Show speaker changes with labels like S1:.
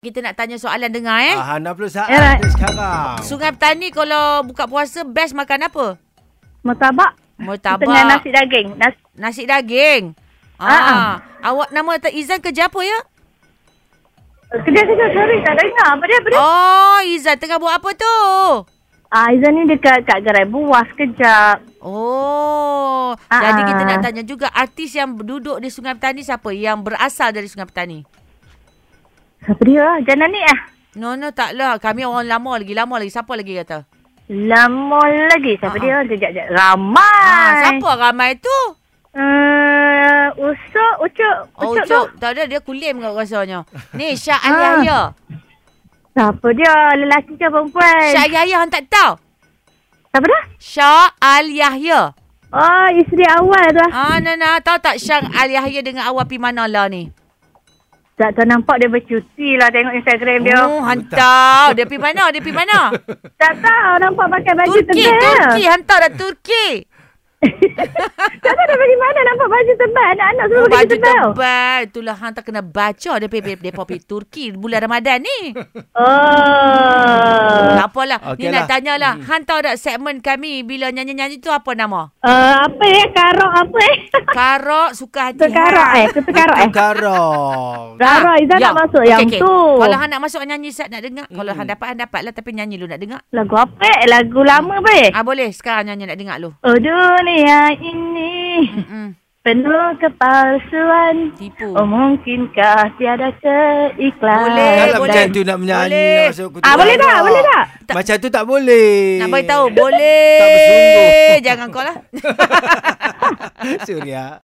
S1: Kita nak tanya soalan dengar eh.
S2: Ah, 60 saat right.
S3: Alright.
S2: sekarang.
S1: Sungai Petani kalau buka puasa best makan apa?
S3: Mertabak.
S1: Murtabak.
S3: Dengan nasi daging. Nasi,
S1: Nasi daging. Ah.
S3: Ah,
S1: Awak nama tak Izan kerja apa ya?
S3: kedai kerja sorry tak dengar. Apa dia? Apa dia?
S1: Oh, Izan tengah buat apa tu?
S3: Ah, Aizan ni dekat kat gerai buas kejap.
S1: Oh,
S3: Ah,
S1: jadi kita
S3: ah.
S1: nak tanya juga artis yang duduk di Sungai Petani siapa? Yang berasal dari Sungai Petani?
S3: Siapa dia? Jana ni eh.
S1: No, no, taklah. Kami orang lama lagi, lama lagi. Siapa lagi kata?
S3: Lama lagi.
S1: Ah,
S3: Siapa dia? Kejap, kejap. Ramai.
S1: Ah, siapa ramai tu?
S3: Uh, usuk, ucuk.
S1: Oh,
S3: ucuk, tu.
S1: Ucup. Tak ada, dia kulim kot rasanya. Ni, Syah
S3: Ah.
S1: Aliyah.
S3: Siapa dia? Lelaki ke perempuan?
S1: Syah Yahya hang tak tahu.
S3: Siapa dia?
S1: Syah Al Yahya.
S3: Oh, isteri awal tu. Ah.
S1: Ah Nana tahu tak Syah Al Yahya dengan awak pi mana lah ni?
S3: Tak, tak nampak dia bercuti lah tengok Instagram dia.
S1: Oh hantar. Dia pi mana? Dia pi
S3: Eh?
S1: mana?
S3: Tak tahu nampak pakai baju
S1: Turki,
S3: tebal.
S1: Turki hantar dah Turki.
S3: tak tahu dah bagi mana nampak baju tebal. Anak-anak semua
S1: Oh,
S3: baju,
S1: baju
S3: tebal.
S1: tebal. Itulah hang tak kena baca dia pi dia pi Turki bulan Ramadan ni.
S3: Oh.
S1: Tak apalah.
S2: Okey
S1: Ni nak
S2: lah.
S1: tanyalah. Hang tahu tak segmen kami bila nyanyi-nyanyi tu apa nama?
S3: Uh, apa eh? Karok apa eh?
S1: Ya. Karok suka hati.
S3: Kutu karok
S1: hang.
S3: eh? Kutu karok eh?
S2: Sekarang.
S3: Karok Izzah
S1: Ya.
S3: nak masuk
S1: Okey,
S3: yang
S1: okey.
S3: tu.
S1: Kalau hang nak masuk nyanyi Sat nak dengar. Kalau
S2: Hmm.
S1: hang dapat hang dapat lah tapi nyanyi lu nak dengar.
S3: Lagu apa eh? Lagu lama apa eh?
S1: Ah boleh sekarang nyanyi nak dengar lu.
S3: Oh dunia ini
S1: Mm-mm.
S3: penuh kepalsuan.
S1: Tipu.
S3: Oh mungkinkah tiada keikhlasan?
S1: Boleh,
S2: Kalau
S1: boleh.
S2: macam tu nak menyanyi lah,
S1: Boleh.
S2: nak masuk kutu
S3: Eh, Ah, boleh
S2: darah.
S3: tak? Boleh tak?
S2: Tak- Macam tu tak boleh.
S1: Nak bagi tahu boleh.
S2: Tak bersungguh.
S1: Jangan kau lah.
S2: Surya.